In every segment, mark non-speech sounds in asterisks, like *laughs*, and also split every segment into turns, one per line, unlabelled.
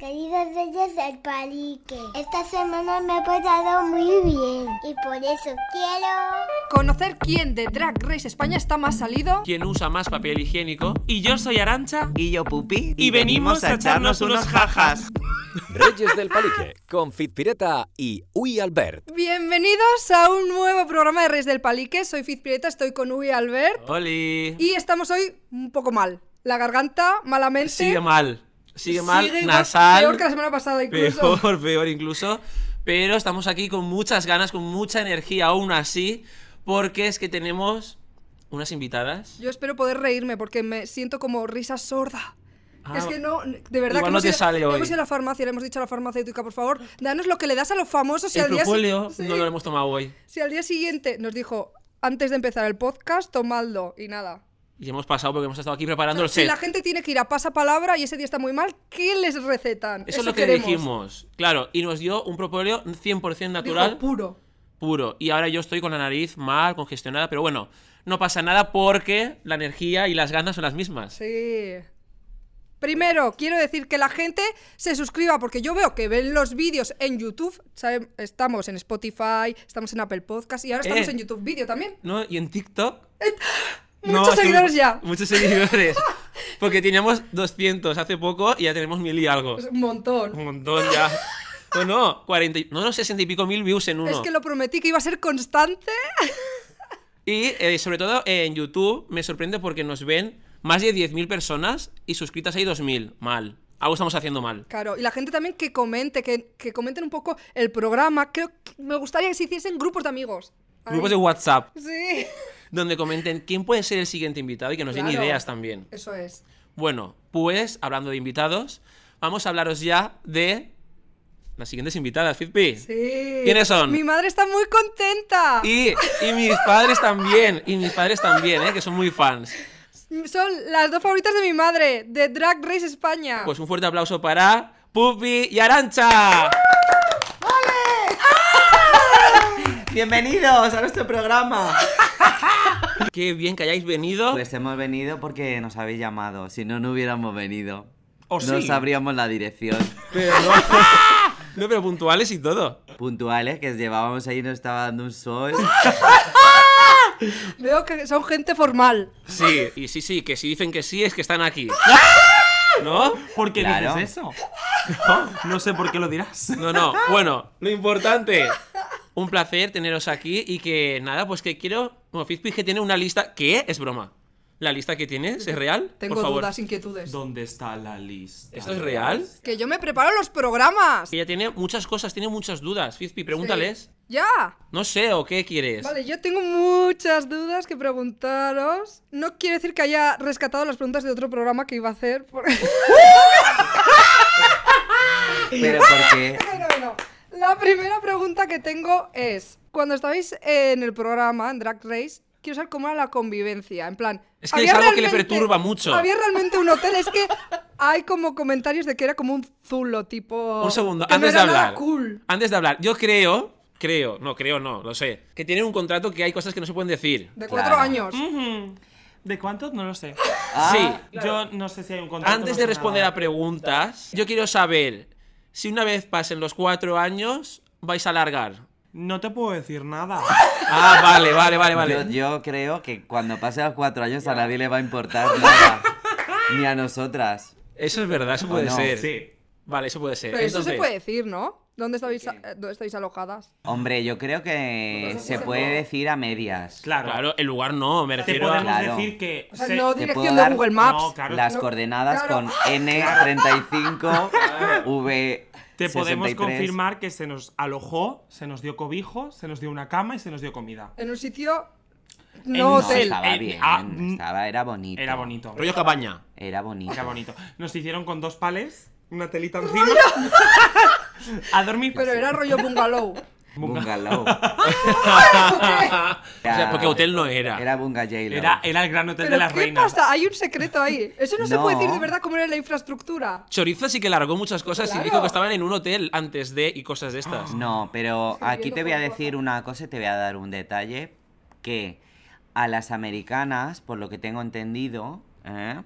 Queridas bellas del palique, esta semana me ha pasado muy bien y por eso quiero...
Conocer quién de Drag Race España está más salido.
quien usa más papel higiénico. Y yo soy Arancha.
Y yo, Pupi.
Y venimos a echarnos unos jajas.
Reyes del Palique, Confit Pireta y Uy Albert.
Bienvenidos a un nuevo programa de Reyes del Palique. Soy Fiz Prieta, estoy con Uy Albert
¡Oli!
y estamos hoy un poco mal. La garganta, malamente.
Sigue mal. Sigue mal,
este? igual-
nasal.
Peor que la semana pasada incluso.
*laughs* peor, peor incluso. Pero estamos aquí con muchas ganas, con mucha energía aún así, porque es que tenemos unas invitadas.
Yo espero poder reírme porque me siento como risa sorda.
Ah,
es que no, de verdad que
igual no
hemos,
te
ido,
sale hoy.
hemos ido a la farmacia, le hemos dicho a la farmacéutica, por favor, danos lo que le das a los famosos y
el
al día si-
propóleo
Sí.
no lo hemos tomado hoy.
Si al día siguiente nos dijo, antes de empezar el podcast, tomadlo y nada.
Y hemos pasado porque hemos estado aquí preparando
O sea,
el set.
Si la gente tiene que ir a pasapalabra y ese día está muy mal, ¿qué les recetan?
Eso, es lo que
queremos.
dijimos. Claro, y nos dio un propóleo 100%
Dijo,
natural.
puro.
puro. Y ahora yo estoy con la nariz mal, congestionada, pero bueno, no pasa nada porque la energía y las ganas son las mismas.
Sí. Primero, quiero decir que la gente se suscriba porque yo veo que ven los vídeos en YouTube. sabe- Estamos en Spotify, estamos en Apple Podcast y ahora estamos
Eh.
en YouTube Vídeo también.
¿No? Y en TikTok.
Eh, Muchos
hace
seguidores
mu-
ya. *laughs*
Muchos seguidores. Porque teníamos 200 hace poco y ya tenemos mil y algo.
Es Pues un montón.
Un montón
*laughs*
ya. No, no, 40, y- no, no, 60 y pico mil views en uno.
Es que lo prometí que iba a ser constante.
Y eh, sobre todo eh, en YouTube me sorprende porque nos ven más de 10.000 personas y suscritas hay 2.000. Mal. Algo estamos haciendo mal.
Claro, y la gente también que comente, que, que comenten un poco el programa. Creo que me gustaría que se hiciesen grupos de amigos. Ay,
Grupos de WhatsApp
Sí.
donde comenten quién puede ser el siguiente invitado y que nos den
Claro.
ideas también.
Eso es.
Bueno, pues hablando de invitados, vamos a hablaros ya de las siguientes invitadas, Fitpi.
Sí.
¿Quiénes son?
Mi madre está muy contenta.
Y, y mis padres también, y mis padres también, ¿eh? que son muy fans.
Son las dos favoritas de mi madre, de Drag Race España.
Pues un fuerte aplauso para Pupi y Arancha.
Bienvenidos a nuestro programa.
Qué bien que hayáis venido.
Pues hemos venido porque nos habéis llamado. Si no, no hubiéramos venido.
¿O
no
Oh, sí?
sabríamos la dirección.
Pero no, *laughs* no, pero puntuales y todo.
Puntuales, ¿eh? que llevábamos ahí, nos estaba dando un sol.
Veo que son gente formal.
Sí, y sí, sí, que si dicen que sí es que están aquí.
¡Ah!
¿No?
¿Por qué
Claro.
dices eso? No, *laughs* no sé por qué lo dirás.
No, no. Bueno,
*laughs*
lo importante. Un placer teneros aquí y que nada, pues que quiero. Bueno, Fitzpig que tiene una lista. ¿Qué? Es broma. ¿La lista que tienes es real?
Tengo
Por favor.
dudas, inquietudes.
¿Dónde está la lista?
¿Esto es real?
Que yo me preparo los programas.
Ella tiene muchas cosas, tiene muchas dudas. Fitzpig, pregúntales.
Sí. Ya.
No sé, ¿o qué quieres?
Vale, yo tengo muchas dudas que preguntaros. No quiere decir que haya rescatado las preguntas de otro programa que iba a hacer. por- *laughs*
Pero porque.
Bueno, bueno. La primera pregunta que tengo es: cuando estabais en el programa, en Drag Race, quiero saber cómo era la convivencia. En plan,
Es que
¿había
es algo que le
realmente-
perturba mucho.
Había realmente un hotel, es que hay como comentarios de que era como un zulo, tipo.
Un segundo,
que no
antes de
era nada
hablar.
cool.
Antes de hablar, yo creo, creo, no, creo no, lo sé, que tienen un contrato que hay cosas que no se pueden decir.
De cuatro
Claro.
años.
Mm.
¿De cuánto? No lo sé.
ah,
Ah,
sí,
Yo no sé si hay un contrato.
Antes de responder a preguntas, yo quiero saber si una vez pasen los cuatro años, vais a alargar.
No te puedo
*laughs*
decir nada.
Ah, vale, vale, vale,
Yo,
vale.
yo creo que cuando pase los cuatro años a nadie le va a importar nada. Ni a nosotras.
Eso es verdad, eso
¿O
puede
Ah, no?
ser.
Sí.
Vale, eso puede ser.
Pero eso se
Entonces,
puede decir, ¿no? ¿Dónde estáis, eh, dónde estáis alojadas?
Hombre, yo creo que se puede decir a medias.
Claro.
Claro, el lugar no, me
Te
refiero a...
podemos
Claro.
decir que.
O sea,
se-
no
Te
dirección
puedo
de
dar-
Google Maps.
No, claro.
Las
no.
coordenadas
claro.
con
*laughs*
N35 V.
Te podemos confirmar que se nos alojó, se nos dio cobijo, se nos dio una cama y se nos dio comida.
En un sitio.
En
No
un
hotel.
estaba
Eh,
bien,
ah, mm.
estaba- era bonito.
Era bonito.
*laughs*
Rollo cabaña.
Era bonito.
Era bonito. Nos hicieron con dos pales, una telita encima. *laughs* a dormir.
Pero era rollo bungalow.
Bungalow.
o sea, porque hotel no era.
Era Bungalow.
Era, era el gran hotel
¿Pero
de las
qué
reinas.
pasa? Hay un secreto ahí. Eso no, se puede
No.
decir de verdad cómo era la infraestructura.
Chorizo sí que largó muchas cosas y dijo
Claro.
que estaban en un hotel antes de y cosas de estas.
No, pero
Estoy
aquí
viendo
te voy a
cómo
decir una cosa y te voy a dar un detalle que a las americanas, por lo que tengo entendido, ¿eh?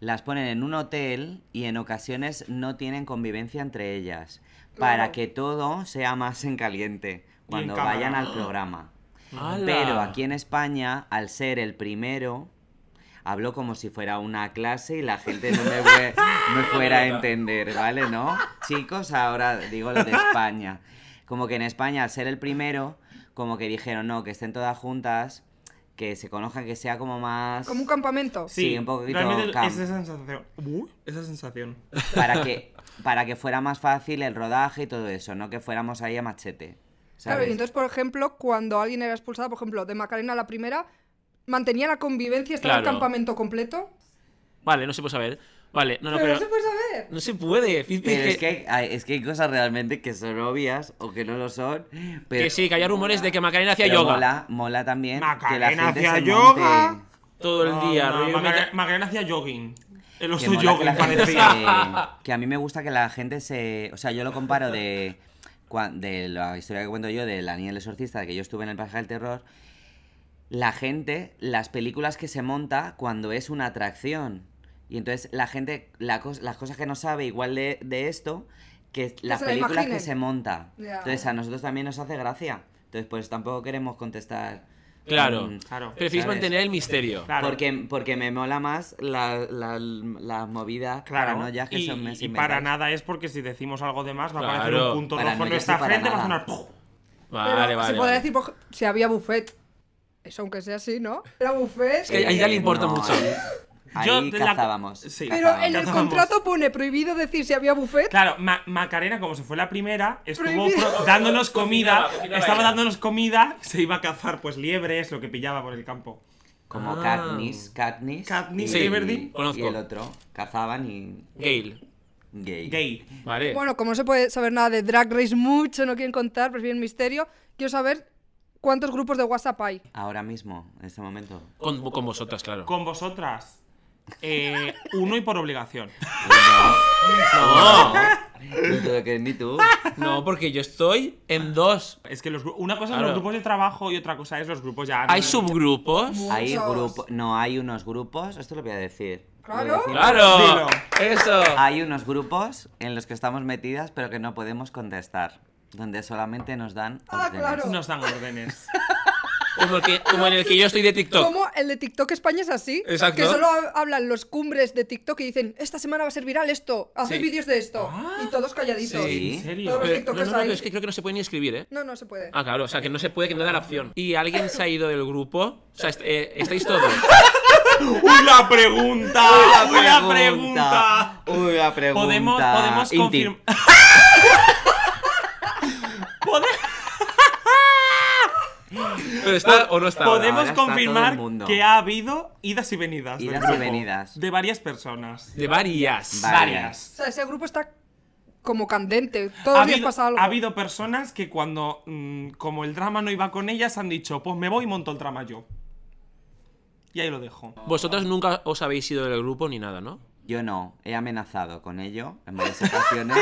las ponen en un hotel y en ocasiones no tienen convivencia entre ellas para que todo sea más en caliente cuando
cámara.
vayan al programa.
¡Hala!
*gasps* Pero aquí en España, al ser el primero, habló como si fuera una clase y la gente no me, fue-
*laughs*
me fuera a entender, ¿vale? ¿No? Chicos, ahora digo lo de España. Como que en España, al ser el primero, como que dijeron, no, que estén todas juntas, que se conozcan, que sea como más...
Como un campamento.
Sí, un poquito
Realmente
camp.
esa sensación. Uy, esa sensación.
para, que, para que fuera más fácil el rodaje y todo eso, no que fuéramos ahí a machete.
Claro,
¿sabes?
y entonces, por ejemplo, cuando alguien era expulsado, por ejemplo, de Macarena la primera, mantenía la convivencia, estaba el
Claro.
campamento completo.
Vale, no se puede saber. Vale, no, no,
pero
pero.
no se puede saber.
No se puede, Fizz,
Pero
que-
es que, hay, hay- es que hay cosas realmente que son obvias o que no lo son. Pero,
que sí, que había rumores de que Macarena hacía
pero
yoga
mola, mola también
Macarena
que la gente
hacía
se
yoga.
monte.
todo el día.
No, no,
rollo,
Macarena,
meta-
Macarena hacía jogging. El
Que
oso
mola que la
jogging
gente
parecía.
se- que a mí me gusta que la gente se... O sea, yo lo comparo de, cuan- de la historia que cuento yo de La niña del exorcista, de que yo estuve en el pasaje del terror. La gente, las películas que se monta cuando es una atracción. Y entonces la gente, la cos- las cosas que no sabe igual de, de esto, que las
se la
películas que
imaginen.
se monta.
Ya.
Entonces a nosotros también nos hace gracia. Entonces pues tampoco queremos contestar.
Claro.
mm,
Claro.
Preferís
¿sabes?
mantener el misterio.
Claro.
Porque, porque me mola más la- la- las movidas
Claro.
paranoias que
y,
son mes
y para nada es porque si decimos algo de más va a aparecer
Claro.
un punto
Para
rojo en
no, yo
nuestra
sí, para
frente, va a
nada.
sonar. ¡puf!
Vale,
Pero
vale.
se podría
vale.
decir, por ej- si había buffet. Eso, aunque sea así, ¿no? Era buffet.
Es que a ella le importa mucho.
Ahí,
Yo
ahí
de la-
cazábamos.
Sí.
Pero en el
Cazábamos.
contrato pone prohibido decir si había buffet.
Claro, Ma- Macarena, como se fue la primera, estuvo
Prohibido.
pro- dándonos comida.
Cocinaba, cocinaba
estaba
ella.
dándonos comida, se iba a cazar pues liebres, lo que pillaba por el campo.
Como
Ah.
Katniss, Katniss.
Katniss
y-
Everdeen.
Y
Conozco.
el otro. Cazaban y.
Gale.
Gay.
Gay.
Vale.
Bueno, como no se puede saber nada de Drag Race mucho, no quieren contar, prefieren misterio, quiero saber cuántos grupos de WhatsApp hay.
Ahora mismo, en este momento.
Con, con vosotras, claro.
Con vosotras. Eh, uno y por obligación.
No,
Ni tú, que ni tú.
no, porque yo estoy en dos.
Es que los, gru- una cosa
Claro.
es los grupos de trabajo y otra cosa es los grupos ya.
Hay subgrupos.
Hay
Muchos.
grupos. No, hay unos grupos. Esto lo voy a decir.
Claro.
Lo voy a decir.
Claro.
Dilo.
Eso.
Hay unos grupos en los que estamos metidas, pero que no podemos contestar. Donde solamente nos dan.
Ah,
órdenes.
claro.
Nos dan órdenes.
Como, el que- como en el que yo estoy de TikTok.
Como el de TikTok España es así.
Exacto.
Que solo ha- hablan los cumbres de TikTok y dicen, esta semana va a ser viral esto, haced
Sí.
vídeos de esto. Y todos calladitos.
Sí.
¿En serio?
Todos los
Pero- no,
TikTokers
no, no,
ahí.
pero es que creo que no se puede ni escribir, ¿eh?
No, no se puede.
Ah, claro, o sea, que no se puede, que no da la opción. ¿Y alguien se ha ido del grupo? O sea, est- eh, estáis todos.
¡Uy, la pregunta! ¡Uy, la pregunta!
Uy, la pregunta.
Podemos, podemos
Inti.
confirmar.
¿Pero está o no está?
Podemos
ahora está todo
confirmar
el mundo.
que ha habido idas y venidas. del
Idas y
grupo,
venidas.
De varias personas.
De varias.
Varias.
O sea, ese grupo está como candente. Todos
Ha
los días
habido,
pasa algo.
ha habido personas que cuando, mm, como el drama no iba con ellas, han dicho, pues me voy y monto el drama yo. Y ahí lo dejo.
Vosotros nunca os habéis ido del grupo ni nada, ¿no?
Yo no, he amenazado con ello en varias
*laughs*
ocasiones,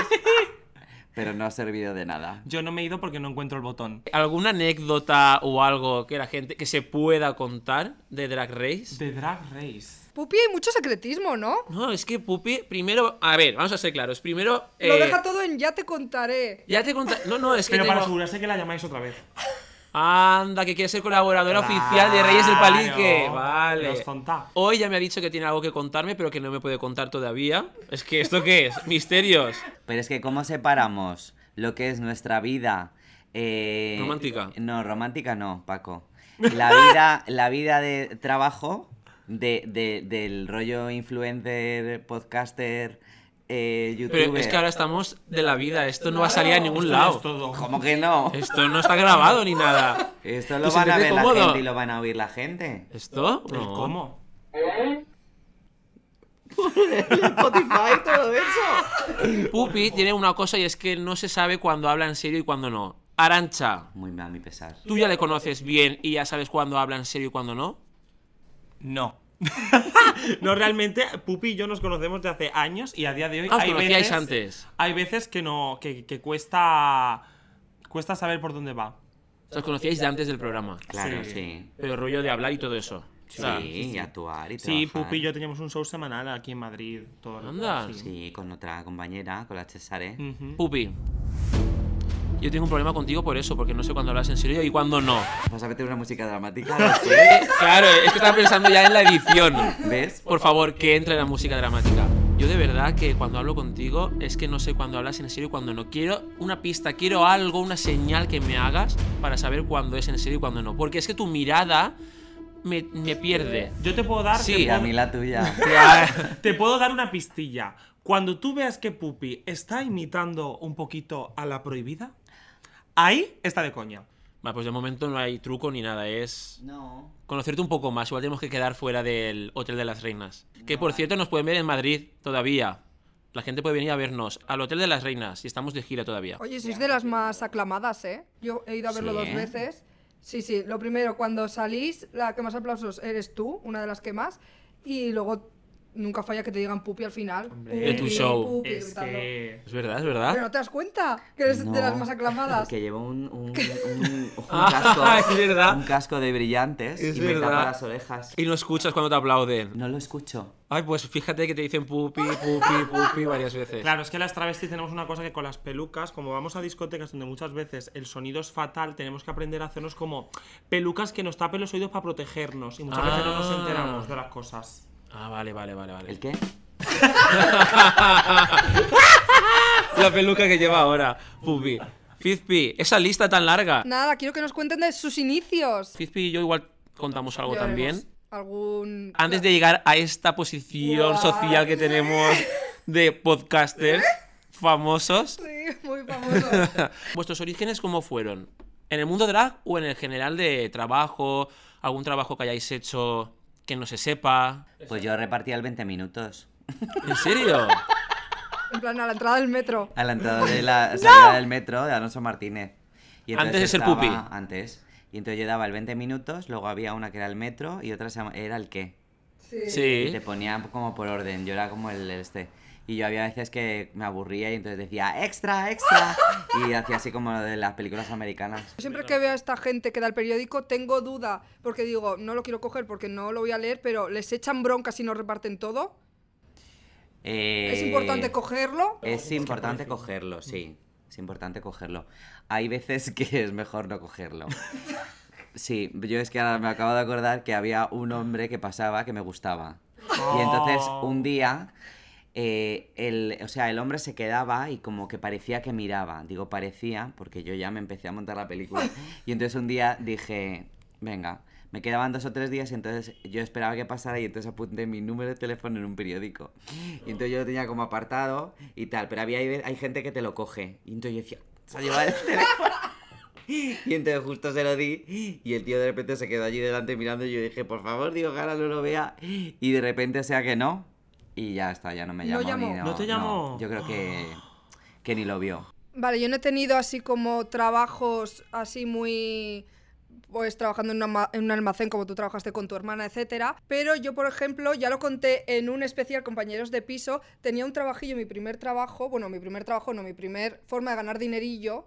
pero no ha servido de nada.
Yo no me he ido porque no encuentro el botón.
¿Alguna anécdota o algo que la gente que se pueda contar de Drag Race?
The Drag Race.
Pupi, hay mucho secretismo, ¿no?
No, es que Pupi, primero, a ver, vamos a ser claros. Primero,
Lo
eh,
deja todo en ya te contaré.
ya te conté. No, no, es que
Pero para
tengo-
asegurarse que la llamáis otra vez.
Anda, que quiere ser colaboradora oficial de Reyes del
Claro,
Palique.
no
Vale.
es tonta.
Hoy ya me ha dicho que tiene algo que contarme, pero que no me puede contar todavía. Es que, ¿esto qué es? Misterios.
Pero es que cómo separamos lo que es nuestra vida eh,
Romántica.
No, romántica no, Paco. La vida, la vida de trabajo, de, de- del rollo influencer, podcaster, eh, youtuber.
Pero es que ahora estamos de la vida. Esto no va a salir a ningún lado.
Es todo.
¿Cómo que no?
Esto no está grabado ni nada.
Esto
¿Tú
lo
se
van a
sientes
ver
cómodo?
la gente y lo van a oír la gente.
¿Esto?
El
No.
¿Cómo?
Spotify, todo eso.
Pupi tiene una cosa y es que no se sabe cuándo habla en serio y cuándo no. Arancha,
Muy mal, mi pesar.
tú ya le conoces bien y ya sabes cuándo habla en serio y cuándo no.
No. *laughs* no, realmente, Pupi y yo nos conocemos de hace años y a día de hoy
Ah, os
hay
conocíais
veces.
antes.
Hay veces que no. que, que cuesta. Cuesta saber por dónde va.
Os conocíais de antes del programa.
Claro,
Sí.
sí.
Pero rollo de hablar y todo eso.
Sí,
Ah,
y actuar y
Sí,
trabajar.
Pupi y yo teníamos un show semanal aquí en Madrid. Todo
Anda.
Sí, con otra compañera, con la Cesare.
Mm.
Pupi, yo tengo un problema contigo por eso, porque no sé cuándo hablas en serio y cuándo no.
Vas a meter una música dramática. no sé.
Claro, es que estaba pensando ya en la edición.
¿Ves?
Por favor, que entre la música dramática. Yo de verdad que cuando hablo contigo es que no sé cuándo hablas en serio y cuándo no. Quiero una pista, quiero algo, una señal que me hagas para saber cuándo es en serio y cuándo no. Porque es que tu mirada me, me pierde.
Yo te puedo dar.
Sí,
te
Y a
puedo-
mí
*laughs*
la tuya.
Ah.
ah.
Te puedo dar una pistilla. Cuando tú veas que Pupi está imitando un poquito a la prohibida, ahí está de coña.
Vale, pues de momento no hay truco ni nada, es
No.
conocerte un poco más. Igual tenemos que quedar fuera del Hotel de las Reinas. Que por cierto nos pueden ver en Madrid todavía. La gente puede venir a vernos al Hotel de las Reinas y estamos de gira todavía.
Oye, sois de las más aclamadas, ¿eh? Yo he ido a verlo
Sí,
dos
¿eh?
veces. Sí, sí, lo primero, cuando salís, la que más aplausos eres tú, una de las que más, y luego nunca falla que te digan pupi al final.
De tu
Pupi,
show.
pupi,
Es
gritando.
que.
Es verdad, es
Pero
verdad.
no te das cuenta que eres de las más aclamadas.
Que llevo un, un, un, un
*laughs* Ah,
casco.
es verdad.
Un casco de brillantes
Es
y me
verdad.
tapa las orejas.
Y no escuchas cuando te aplauden.
No lo escucho.
Ay, pues fíjate que te dicen pupi, pupi, pupi varias veces.
Claro, es que las travestis tenemos una cosa que con las pelucas, como vamos a discotecas donde muchas veces el sonido es fatal, tenemos que aprender a hacernos como pelucas que nos tapen los oídos para protegernos. Y muchas veces no nos
Ah.
enteramos de las cosas.
Ah, vale, vale, vale, vale.
¿El qué?
La peluca que lleva ahora, pupi. Fizpi, esa lista tan larga.
Nada, quiero que nos cuenten de sus inicios.
Fizpi y yo igual contamos algo
Ya
también. Ah.
veremos. Algún.
Antes de llegar a esta posición
Guau.
social que tenemos de podcasters famosos,
Sí, muy famoso.
¿vuestros orígenes cómo fueron? ¿En el mundo drag o en el general de trabajo? ¿Algún trabajo que hayáis hecho que no se sepa?
Pues yo repartía el 20 minutos.
¿En serio?
En plan, a la entrada del metro.
A la entrada
*laughs*
de la salida del metro de Alonso Martínez. Y entonces
Antes de ser
estaba-
pupi.
Antes. Y entonces yo daba el 20 minutos, luego había una que era el metro y otra se llama- era el qué.
Sí.
Y
Sí.
te ponían como por orden, yo era como el este. Y yo había veces que me aburría y entonces decía,
*laughs*
extra, extra. Y hacía así como de las películas americanas.
Yo Siempre que veo a esta gente que da el periódico, tengo duda. Porque digo, no lo quiero coger porque no lo voy a leer, pero les echan bronca si no reparten todo.
Eh,
Es importante cogerlo.
Es importante
Mm.
cogerlo, sí. Es importante cogerlo. Hay veces *laughs* que es mejor
*laughs*
no cogerlo. Sí, yo es que ahora me acabo de acordar que había un hombre que pasaba que me gustaba. Y
Oh.
entonces un día, eh, el, o sea, el hombre se quedaba y como que parecía que miraba. Digo parecía porque yo ya me empecé a montar la película. Y entonces un día dije, venga, me quedaban dos o tres días y entonces yo esperaba que pasara y entonces apunté mi número de teléfono en un periódico. Y entonces yo lo tenía como apartado y tal, pero había, hay gente que te lo coge. Y entonces yo decía, se ha llevado el teléfono. Y entonces justo se lo di y el tío de repente se quedó allí delante mirando y yo dije, por favor, digo, que ahora no lo vea. Y de repente sea que no. Y ya está, ya no me
No
llamó. ni
llamó.
¿No te llamó?
yo creo que, que ni lo vio.
Vale, yo no he tenido así como trabajos así muy pues trabajando en, un alma- en un almacén como tú trabajaste con tu hermana, etcétera, pero yo por ejemplo, ya lo conté en un especial compañeros de piso, tenía un trabajillo, mi primer trabajo, bueno, mi primer trabajo no, mi primer forma de ganar dinerillo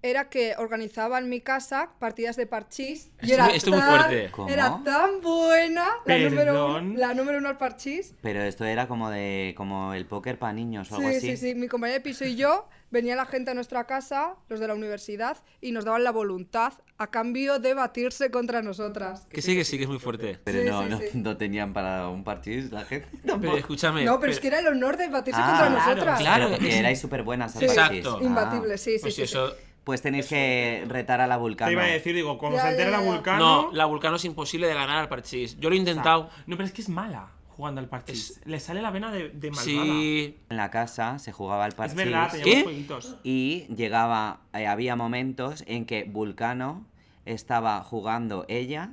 era que organizaba en mi casa partidas de parchís y
Esto-
era,
esto muy
tan,
fuerte.
¿Cómo?
era tan buena la número, uno,
Perdón.
la número uno al parchís
Pero esto era como de como el póker para niños o pues, algo
Sí,
así.
sí, sí. Mi compañera de piso y yo venía la gente a nuestra casa, los de la universidad, y nos daban la voluntad a cambio de batirse contra nosotras.
Que sí, que sí, que es muy fuerte.
Pero
Sí,
no,
sí,
no,
sí.
no tenían para un parchís
*laughs*
la gente.
Pero
Tampoco.
escúchame.
No, pero es que era el honor de batirse contra
Ah, claro,
nosotras.
claro.
Pero que erais súper buenas
Sí,
Exacto.
Imbatible, sí, sí.
Pues
sí, sí.
eso.
Ah. Pues tenéis que retar a la vulcana.
Te iba a decir, digo, cuando
Ya,
se
ya,
entera la
ya.
vulcano.
No, la Vulcano es imposible de ganar al parchís. Yo lo he intentado.
No, pero es que es mala jugando al parchís. Le sale la vena de, de malvada.
Sí.
En la casa se jugaba al
Es
parchís.
verdad,
¿Qué?
teníamos jueguitos.
Y llegaba, eh, había momentos en que Vulcano estaba jugando ella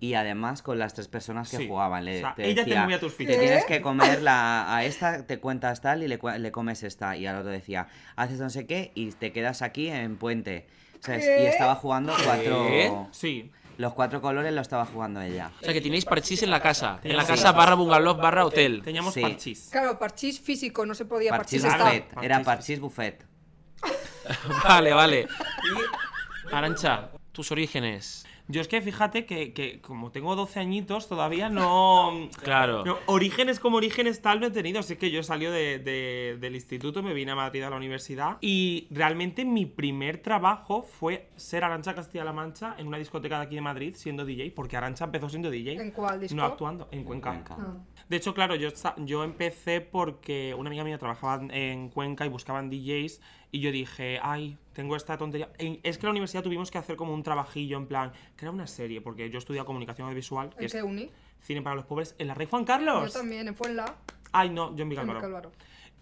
y además con las tres personas que
Sí.
jugaban. Le,
O sea,
te
ella te
decía,
movía tus fichas.
Te
¿Eh?
tienes que comer la, a esta, te cuentas tal y le, cua- le comes esta. Y al otro decía, haces no sé qué y te quedas aquí en puente. ¿Sabes?
¿Qué?
Y estaba jugando cuatro.
Sí.
Los cuatro colores lo estaba jugando ella.
O sea, que tenéis parchís en la casa. En la
Sí.
casa barra bungalow barra hotel.
Teníamos
Sí.
parchís.
Claro, parchís físico, no se podía
Parchís
parchís,
buffet.
estaba.
buffet.
estaba.
Era
Parchís.
parchís buffet.
*laughs* Vale, vale. Arancha, tus orígenes.
Yo es que fíjate que, que como tengo 12 añitos, todavía no.
Claro.
no, orígenes como orígenes tal no he tenido. Así que yo salí de, de- del instituto, me vine a Madrid a la universidad. Y realmente mi primer trabajo fue ser Arancha Castilla-La Mancha en una discoteca de aquí de Madrid siendo DJ, porque Arancha empezó siendo DJ.
¿En cuál disco?
No actuando, en Cuenca.
Cuenca.
De hecho, claro, yo, sa- yo empecé porque una amiga mía trabajaba en Cuenca y buscaban DJs y yo dije, ay, tengo esta tontería. En- es que en la universidad tuvimos que hacer como un trabajillo en plan, que era una serie, porque yo estudiaba comunicación audiovisual, que
¿En
es
qué uni?
cine para los pobres, en la Rey Juan Carlos.
Yo también, en Fuenla.
Ay, no, yo en
En
Vicálvaro.
Calvaro.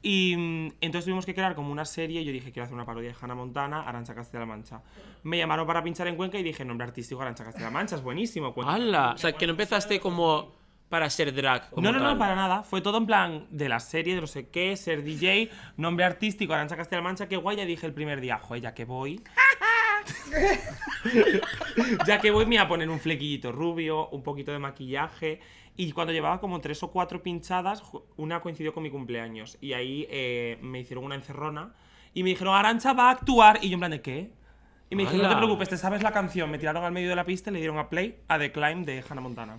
Y mm, entonces tuvimos que crear como una serie. y Yo dije, quiero hacer una parodia de Hannah Montana, Arancha Castilla-La Mancha. Me llamaron para pinchar en Cuenca y dije, nombre artístico Arancha Castilla-La Mancha, es buenísimo. Cuenca.
¡Hala! O sea, que no empezaste como para ser drag. como
No, no,
tal.
no, para nada. Fue todo en plan de la serie, de no sé qué, ser DJ, nombre artístico, Arancha Castilla-La Mancha, qué guay. Ya dije el primer día, joder, ya que voy. *laughs* ya que voy, me iba a poner un flequillito rubio, un poquito de maquillaje. Y cuando llevaba como tres o cuatro pinchadas, ju- una coincidió con mi cumpleaños. Y ahí eh, me hicieron una encerrona. Y me dijeron, Arancha va a actuar. Y yo, en plan, ¿de qué? Y me dijeron, no te
¡Hala!
preocupes, te sabes la canción. Me tiraron al medio de la pista y le dieron a play a The Climb de Hannah Montana.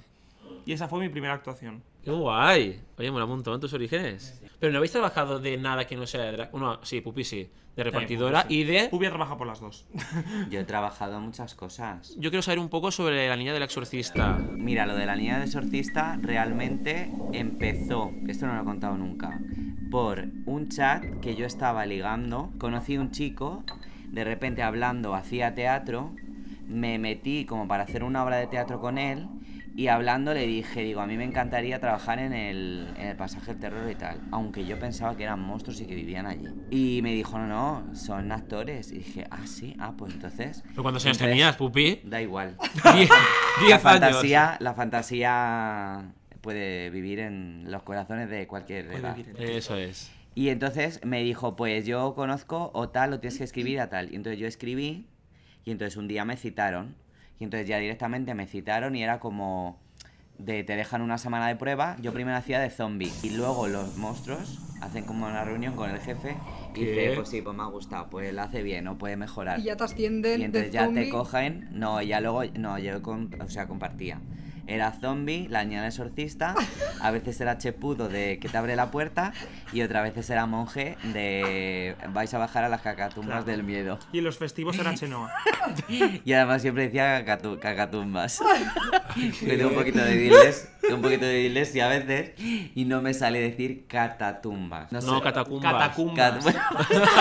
Y esa fue mi primera actuación.
¡Qué guay! Oye, mola un montón tus orígenes. Pero no habéis trabajado de nada que no sea de drag. No, sí, Pupi sí. De repartidora y de.
Hubiera trabajado por las dos.
Yo he trabajado muchas cosas.
Yo quiero saber un poco sobre la niña del exorcista.
Mira, lo de la niña del exorcista realmente empezó, esto no lo he contado nunca, por un chat que yo estaba ligando, conocí un chico, de repente hablando hacía teatro, me metí como para hacer una obra de teatro con él y hablando le dije, digo, a mí me encantaría trabajar en el, en el pasaje del terror y tal, aunque yo pensaba que eran monstruos y que vivían allí. Y me dijo, no, no, son actores. Y dije, ah, sí, ah, pues entonces...
¿Pero cuántos años
Entonces,
tenías,
*laughs*
Pupi?
Da igual.
10
la
años.
fantasía, la fantasía puede vivir en los corazones de cualquier edad.
vivir en-
Eso es.
Y entonces me dijo, pues yo conozco o tal, o tienes que escribir a tal. Y entonces yo escribí y entonces un día me citaron. Y entonces ya directamente me citaron y era como de te dejan una semana de prueba. Yo primero hacía de zombie y luego los monstruos hacen como una reunión con el jefe y
¿Qué?
dice, pues sí, pues me ha gustado, pues la hace bien, o puede mejorar.
Y ya te
Y
ascienden de
entonces ya
zombie.
te cogen. No, ya luego. No, yo con- o sea, compartía. Era zombie, la niña del exorcista. A veces era chepudo de que te abre la puerta. Y otra veces era monje de vais a bajar a las cacatumbas
Claro.
del miedo. *laughs*
Y en los festivos era Chenoa.
Y además siempre decía cacatu- cacatumbas. Yo tengo un poquito de diles. tengo Un poquito de diles y a veces. Y no me sale decir catatumbas.
No, catacumbas. *laughs*
Catacumbas.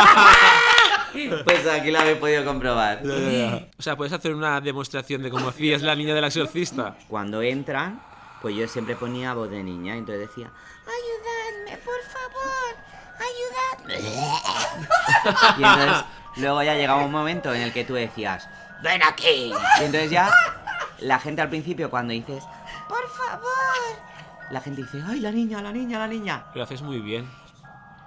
Cat- *laughs* pues aquí la habéis podido comprobar.
O sea, ¿puedes hacer una demostración de cómo hacías la niña del exorcista?
cuando entran, pues yo siempre ponía voz de niña, entonces decía,
Ayudadme, por favor. Ayudadme.
y entonces luego ya llegaba un momento en el que tú decías, ven aquí, y entonces ya la gente al principio cuando dices,
Por favor.
la gente dice, ay, la niña, la niña, la niña.
Lo haces muy bien.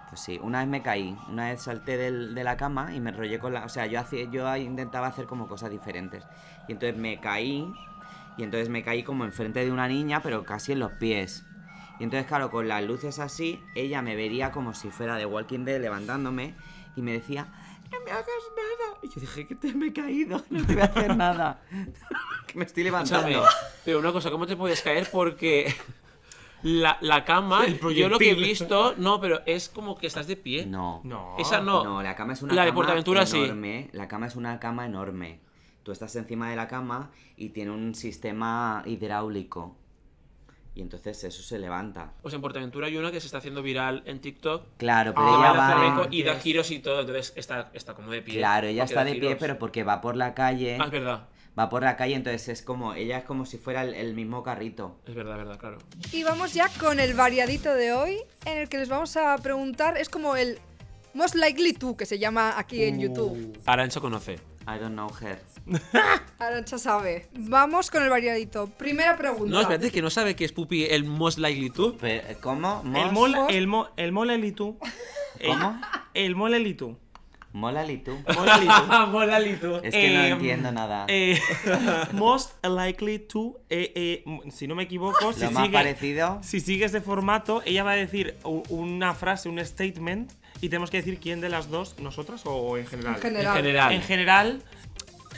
Pues sí, una vez me caí, una vez salté del- de la cama y me enrollé con la... O sea, yo, hacía, yo intentaba hacer como cosas diferentes. Y entonces me caí, y entonces me caí como enfrente de una niña, pero casi en los pies. Y entonces, claro, con las luces así, ella me vería como si fuera de Walking Dead levantándome y me decía, no me hagas nada. Y yo dije, que te me he caído, no te voy a hacer nada. *laughs* que me estoy
Escúchame,
levantando.
pero una cosa, ¿cómo te puedes caer? Porque la, la cama,
El
yo lo que he
proyectil.
visto, no, pero es como que estás de pie.
No.
No.
Esa no.
No, la cama es una
La de
cama
Portaventura sí.
enorme. La cama es una cama enorme. Tú estás encima de la cama y tiene un sistema hidráulico. Y entonces eso se levanta.
Pues en Portaventura hay una que se está haciendo viral en TikTok.
Claro, pero
Ah,
que
ella
baila
vale.
flamenco
va.
y da giros y todo, entonces está, está como de pie.
Claro, ella
porque
está
da
de pie,
giros.
pero porque va por la calle.
Ah, es verdad,
Va por la calle, entonces es como. Ella es como si fuera el, el mismo carrito.
es verdad, es verdad, claro.
Y vamos ya con el variadito de hoy, en el que les vamos a preguntar, es como el Most Likely To, que se llama aquí en YouTube.
Arancha conoce.
I don't know her.
Arancha sabe. Vamos con el variadito. Primera pregunta.
No, espérate, que no sabe que es Pupi el most likely *laughs* to.
Pero, ¿Cómo? Mos-
El mol, eh, el mo, el molelitu.
¿Cómo?
El, el molelitu.
Mola y tú.
Molelitu.
*laughs*
Ah,
Es que no
Eh,
entiendo nada.
Eh, *laughs* most likely to, eh, eh, m- si no me equivoco, si
Lo más
sigue,
parecido.
si sigue ese formato, ella va a decir u- una frase, un statement, y tenemos que decir quién de las dos, nosotras o en general.
En general.
En general.
En general,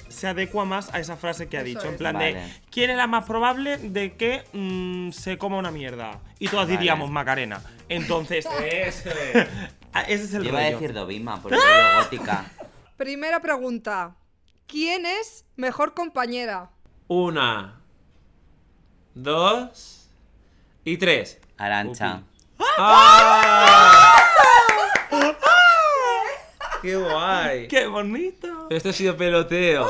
se adecua más a esa frase que ha
Eso
dicho. En
es.
plan de,
Vale.
¿quién es la más probable de que mm, se coma una mierda? Y todas
Vale.
diríamos Macarena.
*laughs*
Entonces,
Eso es.
ah, ese es el
Yo
rollo.
iba a decir Dovima, porque soy gótica.
Primera pregunta. ¿Quién es mejor compañera?
Una, dos y tres.
Arancha.
Ah. ¡Qué guay!
¡Qué bonito!
Esto ha sido peloteo.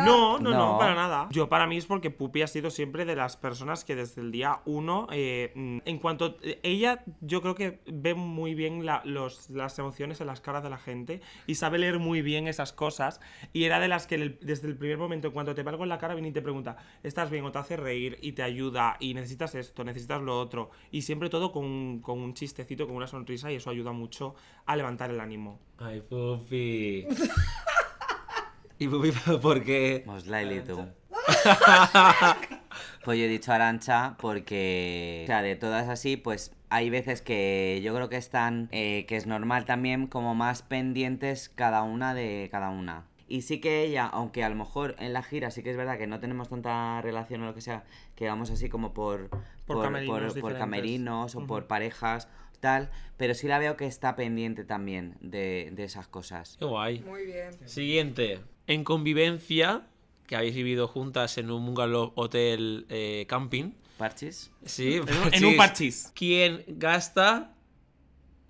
No, no, no,
No.
para nada. Yo para mí es porque Pupi ha sido siempre de las personas que desde el día uno, eh, mm, en cuanto eh, ella, yo creo que ve muy bien la- los- las emociones en las caras de la gente y sabe leer muy bien esas cosas. Y era de las que en el- desde el primer momento, en cuanto te ve algo en la cara, viene y te pregunta, ¿estás bien o te hace reír y te ayuda y necesitas esto, necesitas lo otro? Y siempre todo con, un- con un chistecito, con una sonrisa y eso ayuda mucho a levantar el ánimo.
Ay, Pupi. *laughs* ¿Y Pupi por qué?
Mosley tú. *laughs* Pues yo he dicho Arancha porque, o sea, de todas así, pues hay veces que yo creo que están, eh, que es normal también, como más pendientes cada una de cada una. Y sí que ella, aunque a lo mejor en la gira sí que es verdad que no tenemos tanta relación o lo que sea, que vamos así como por,
camerinos diferentes.
camerinos o
Ujú.
por parejas, tal, pero sí la veo que está pendiente también de, de esas cosas.
Qué guay.
Muy bien.
Siguiente. En convivencia, que habéis vivido juntas en un bungalow hotel eh, camping.
¿Parchis?
Sí,
en un parchís.
¿Quién gasta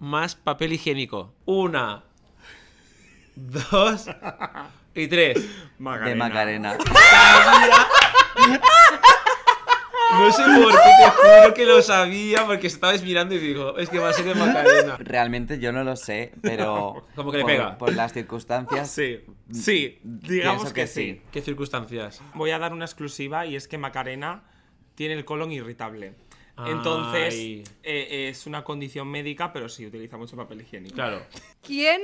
más papel higiénico? Una, dos y tres.
De Macarena.
No sé por qué, te juro que lo sabía porque estabais mirando y digo, es que va a ser de Macarena.
Realmente yo no lo sé, pero.
*laughs*
Como que le
por-
pega.
Por las circunstancias.
Sí, sí, digamos
pienso
que, sí.
¿Qué circunstancias?
Voy a dar una exclusiva y es que Macarena tiene el colon irritable. Entonces,
Ay.
eh, es una condición médica, pero sí utiliza mucho papel higiénico.
Claro.
¿Quién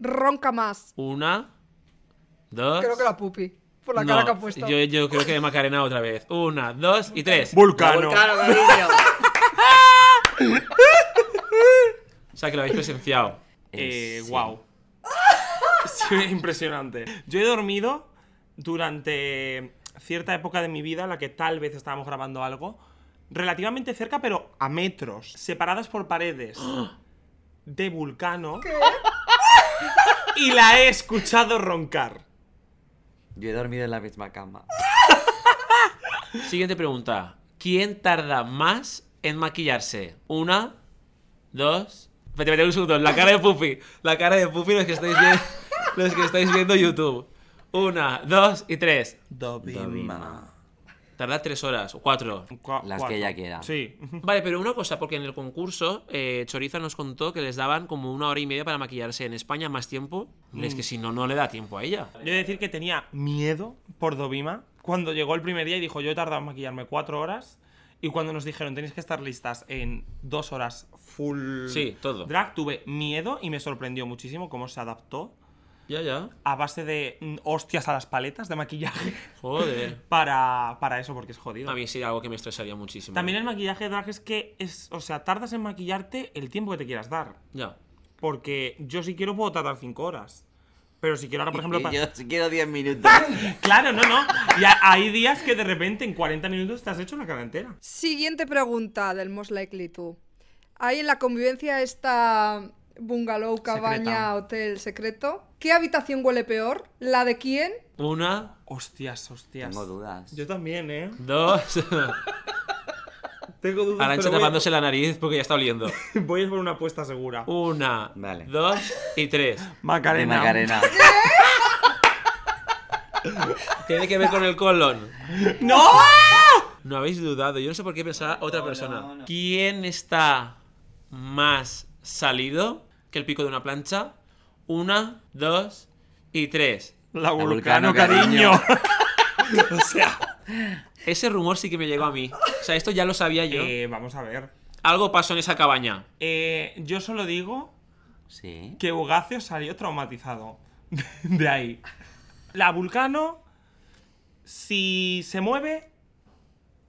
ronca más?
Una, dos.
Creo que la pupi. Por la
No,
cara que ha puesto.
Yo, yo creo que de Macarena otra vez. Una, dos y tres.
*laughs* Vulcano. *laughs* Eh,
O sea que lo habéis presenciado.
Eh,
Eh, sí.
Wow. *laughs* Sí, impresionante. Yo he dormido durante cierta época de mi vida en la que tal vez estábamos grabando algo relativamente cerca, pero a metros, separadas por
*gasps*
paredes de Vulcano. *laughs* Y la he escuchado roncar.
Yo he dormido en la misma cama.
Siguiente pregunta. ¿Quién tarda más en maquillarse? Una, dos. Vete, vete un segundo. La cara de Puffy. La cara de Puffy, los que estáis viendo, los que estáis viendo YouTube. Una, dos y tres.
Dovima.
Tarda tres horas o cuatro.
Cua-
Las que
cuatro.
ella quiera.
Sí.
Vale, pero una cosa, porque en el concurso eh, Choriza nos contó que les daban como una hora y media para maquillarse en España más tiempo. Es que si no, no le da tiempo a ella.
Yo he de decir que tenía miedo por Dovima cuando llegó el primer día y dijo, yo he tardado en maquillarme cuatro horas. Y cuando nos dijeron, tenéis que estar listas en dos horas full
Sí, todo.
drag, tuve miedo y me sorprendió muchísimo cómo se adaptó
Ya, ya.
a base de mm, hostias a las paletas
*laughs*
de maquillaje
Joder.
para, para eso, porque es jodido.
A mí sí, algo que me estresaría muchísimo.
También el maquillaje drag es que, es, o sea, tardas en maquillarte el tiempo que te quieras dar.
Ya.
Porque yo si quiero puedo tardar cinco horas. Pero si quiero ahora, por ejemplo...
Y
pa-
yo sí quiero 10
*laughs*
minutos.
Claro, no, no. Y ha- hay días que de repente en 40 minutos te has hecho una cara entera.
Siguiente pregunta del Most Likely Tú. Hay en la convivencia esta bungalow, cabaña,
Secreta.
hotel secreto. ¿Qué habitación huele peor? ¿La de quién?
Una,
Hostias, hostias.
Tengo dudas.
Yo también, ¿eh?
dos. *laughs*
Tengo dudas.
Arancha
pero voy,
tapándose la nariz porque ya está oliendo.
*laughs* voy a por una apuesta segura.
Uh, Una,
Vale.
dos y tres.
De
Macarena. *laughs*
Macarena.
Tiene que ver con el colon.
¡No!
No habéis dudado. Yo no sé por qué pensaba otra persona. ¿Quién está más salido que el pico de una plancha? Una, dos y tres.
La vulcano,
Vulcano,
cariño.
cariño.
*laughs* o sea.
*laughs*
Ese rumor sí que me llegó a mí. O sea, esto ya lo sabía yo.
eh, vamos a ver.
Algo pasó en esa cabaña.
Eh, yo solo digo
Sí.
que Ugacio salió traumatizado *laughs* de ahí. La vulcano, si se mueve,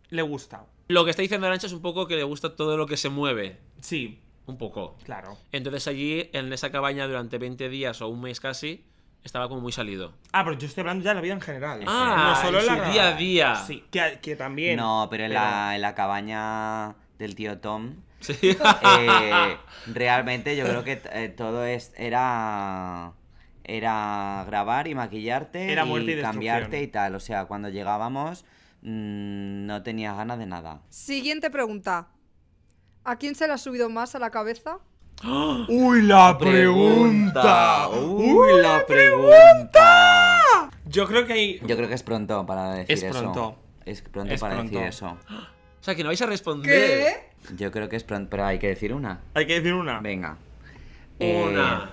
le gusta.
Lo que está diciendo Arancha es un poco que le gusta todo lo que se mueve.
Sí,
Un poco.
claro.
Entonces allí, en esa cabaña, durante 20 días o un mes casi, Estaba como muy salido.
Ah, pero yo estoy hablando ya de la vida en general.
Ah,
no solo
en
la
su
grabada.
día a día.
Sí, que, que también.
No, pero en la, en la cabaña del tío Tom,
Sí.
eh, realmente yo creo que eh, todo es, era, era grabar y maquillarte
Era muerte y
y
destrucción.
cambiarte y tal. O sea, cuando llegábamos mm, no tenías ganas de nada.
Siguiente pregunta. ¿A quién se le ha subido más a la cabeza?
¡Uy, la
Uy, la pregunta.
Yo creo que hay.
Yo creo que es pronto para decir
Es
eso.
pronto.
Es pronto
Es
para
pronto.
decir eso.
O sea, que no vais a responder.
¿Qué?
Yo creo que es pronto, pero hay que decir una.
Hay que decir una.
Venga. Eh,
Una.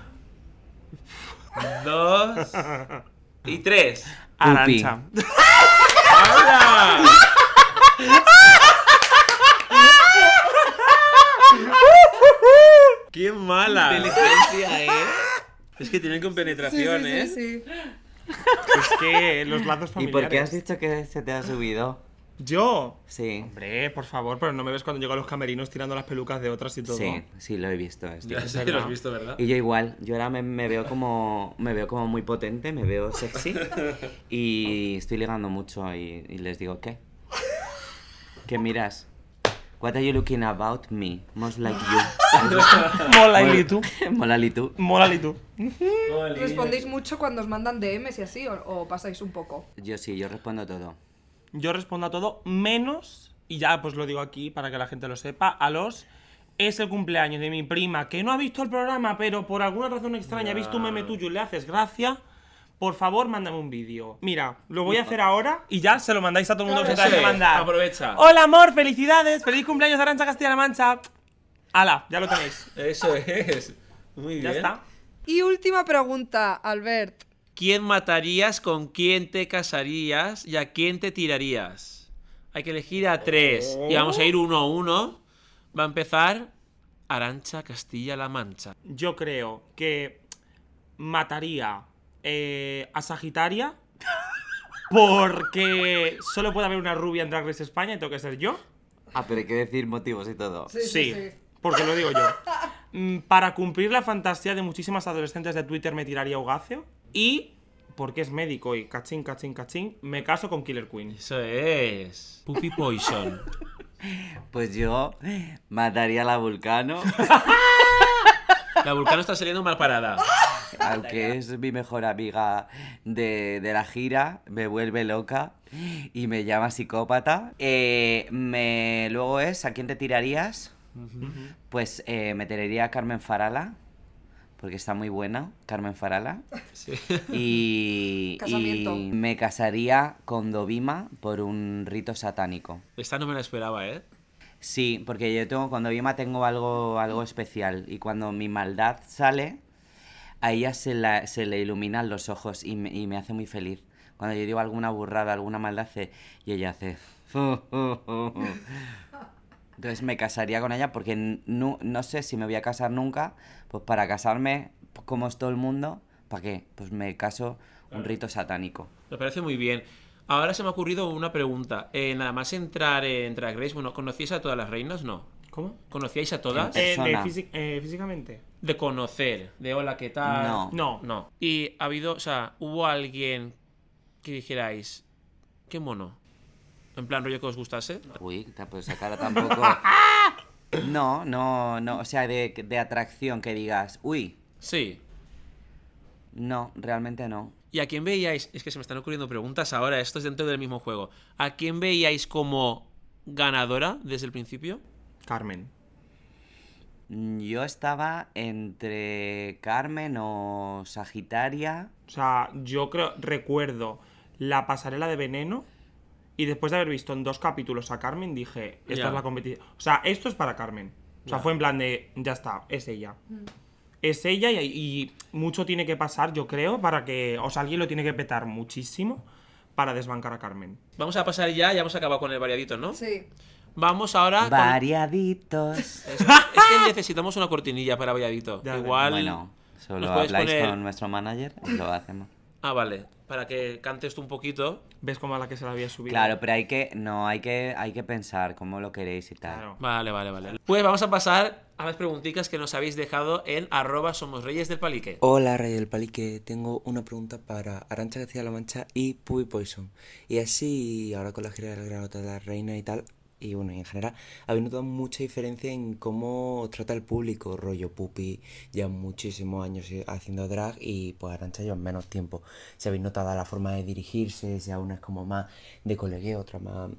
Eh, *laughs* Dos. Y tres.
Pupi.
Arancha.
¡Hala! ¡Qué mala! Inteligencia, ¿eh? Es que tienen compenetración,
sí,
¿eh?
sí, sí.
es que los
*laughs*
lazos
¿Y
familiares.
por qué has dicho que se
Ah.
te ha subido?
Yo.
Sí.
Hombre, por favor, pero no me ves cuando llego a los camerinos tirando las pelucas de otras y todo.
Sí, sí, lo he visto esto.
Ya sé que lo has visto, ¿verdad?
Y yo igual, yo ahora me, me veo como me veo como muy potente, me veo sexy y estoy ligando mucho y, y les digo, ¿qué? ¿Qué miras? What are you looking about me? Most like
*laughs*
you.
Mola y tú.
Mola tú.
Mola y tú.
¿Respondéis mucho cuando os mandan DMs y así o, o pasáis un poco?
Yo sí, yo respondo todo.
Yo respondo a todo menos, y ya pues lo digo aquí para que la gente lo sepa, a los... Es el cumpleaños de mi prima que no ha visto el programa, pero por alguna razón extraña ha visto un meme tuyo y le haces gracia. Por favor, mándame un vídeo. Mira, lo voy a hacer ahora y ya se lo mandáis a todo el mundo que
Claro.
tengáis que
Sí,
mandar.
aprovecha.
Hola, amor, felicidades, feliz cumpleaños de Arancha Castilla-La Mancha. Ala, ya lo tenéis.
Eso es. Muy bien.
Ya está.
Y última pregunta, Albert.
¿Quién matarías, con quién te casarías y a quién te tirarías? Hay que elegir a tres. Y vamos a ir uno a uno. Va a empezar Arancha Castilla-La Mancha.
Yo creo que mataría eh, a Sagitaria porque solo puede haber una rubia en Drag Race España y tengo que ser yo.
Ah, pero hay que decir motivos y todo.
Sí, sí, sí.
porque lo digo yo.
*laughs*
Mm, Para cumplir la fantasía de muchísimas adolescentes de Twitter me tiraría Ugacio y porque es médico y cachín, cachín, cachín, me caso con Killer Queen.
Eso es. Puppy Poison.
Pues yo mataría a
*laughs*
la Vulcano,
La Vulcano está saliendo mal parada.
*laughs* aunque es mi mejor amiga de, de la gira, me vuelve loca y me llama psicópata. Eh, me, luego es, ¿a quién te tirarías? Pues eh, me tiraría a Carmen Farala, porque está muy buena, Carmen Farala. Y,
Casamiento.
y me casaría con Dovima por un rito satánico.
Esta no me la esperaba, ¿eh?
Sí, porque yo tengo, cuando Vima tengo algo, algo especial y cuando mi maldad sale, a ella se, la- se le iluminan los ojos y me, y me hace muy feliz. Cuando yo digo alguna burrada, alguna maldad, hace- y ella hace... *laughs* Entonces me casaría con ella porque n- nu- no sé si me voy a casar nunca, pues para casarme pues como es todo el mundo, ¿para qué? Pues me caso un rito satánico.
Me parece muy bien. Ahora se me ha ocurrido una pregunta. Eh, nada más entrar en Drag Race, bueno, ¿conocíais a todas las reinas? No.
¿Cómo?
¿Conocíais a todas?
Eh,
Eh, de
Persona.
físi- eh, físicamente.
De conocer, de hola, ¿qué tal?
No.
No.
No. Y ha habido, o sea, hubo alguien que dijerais, qué mono. En plan, rollo que os gustase.
Uy, ta- pues esa cara tampoco. No, no, no. O sea, de, de atracción que digas, uy,
Sí.
no, realmente no.
¿Y a quién veíais? Es que se me están ocurriendo preguntas ahora, esto es dentro del mismo juego. ¿A quién veíais como ganadora desde el principio?
Carmen.
Mm, Yo estaba entre Carmen o Sagitaria.
O sea, yo creo, recuerdo la pasarela de veneno y después de haber visto en dos capítulos a Carmen dije, esta
Ya.
es la competición. O sea, esto es para Carmen. O sea, fue en plan de, ya está, es ella. Es ella y, y mucho tiene que pasar, yo creo, para que, o sea, alguien lo tiene que petar muchísimo para desbancar a Carmen.
Vamos a pasar ya, ya hemos acabado con el variadito, ¿no?
Sí.
Vamos ahora. Ah, con-
Variaditos.
Es, es *laughs* que necesitamos una cortinilla para variadito.
Ya,
Igual.
Bueno, solo
nos puedes
habláis
poner-
con nuestro manager y lo hacemos.
Ah, vale. Para que cantes tú un poquito.
¿Ves cómo a la que se la había subido?
Claro, pero hay que, no, hay que, hay que pensar cómo lo queréis y tal.
Claro.
Vale, vale, vale. Pues vamos a pasar a las preguntitas que nos habéis dejado en arroba somos reyes del palique.
Hola Rey del Palique, tengo una pregunta para Arancha García La Mancha y Puy Poison. Y así, ahora con la gira del Granota de la Reina y tal, y bueno, y en general, habéis notado mucha diferencia en cómo os trata el público, rollo Pupi, ya muchísimos años eh, haciendo drag y pues Arancha lleva menos tiempo. Si habéis notado la forma de dirigirse, si a una es como más de colegueo, otra más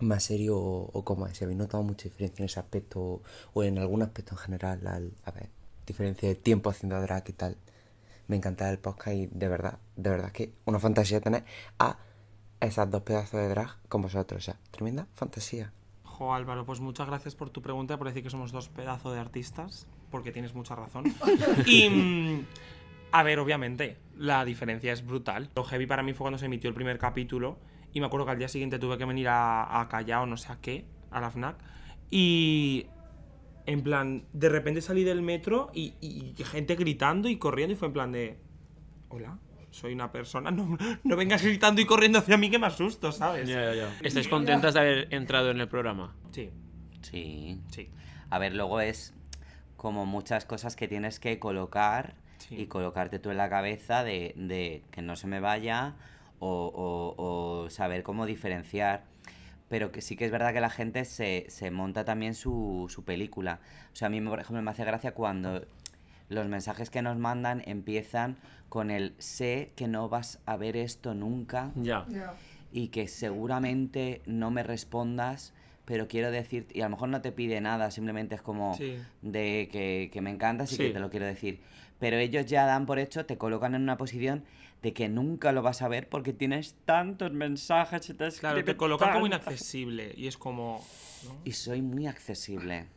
más serio o, o cómo es, si habéis notado mucha diferencia en ese aspecto o, o en algún aspecto en general, al- a ver, diferencia de tiempo haciendo drag y tal. Me encantaba el podcast y de verdad, de verdad que una fantasía tener a esas dos pedazos de drag con vosotros, o sea, tremenda fantasía.
Jo, Álvaro, pues muchas gracias por tu pregunta, por decir que somos dos pedazos de artistas, porque tienes mucha razón. y. mm, A ver, obviamente, la diferencia es brutal. Lo heavy para mí fue cuando se emitió el primer capítulo y me acuerdo que al día siguiente tuve que venir a, a Callao, no sé a qué, a la FNAC. Y en plan, de repente salí del metro y, y gente gritando y corriendo y fue en plan de... Hola, soy una persona, *laughs* no, no vengas gritando y corriendo hacia mí que me asusto, ¿sabes?
¿Estáis contentas de haber entrado en el programa?
Sí,
Sí.
sí.
A ver, luego es como muchas cosas que tienes que colocar
Sí.
y colocarte tú en la cabeza de, de que no se me vaya o, o- o saber cómo diferenciar. Pero que sí que es verdad que la gente se, se monta también su, su película. O sea, a mí, por ejemplo, me hace gracia cuando los mensajes que nos mandan empiezan con el sé que no vas a ver esto nunca
Ya.
y que seguramente no me respondas, pero quiero decir, y a lo mejor no te pide nada, simplemente es como
Sí.
de que, que me encantas y que
Sí.
te lo quiero decir. Pero ellos ya dan por hecho, te colocan en una posición de que nunca lo vas a ver porque tienes tantos mensajes y te
Claro, te
escriben
colocan como
tantas-
inaccesible y es como... ¿no?
Y soy muy accesible.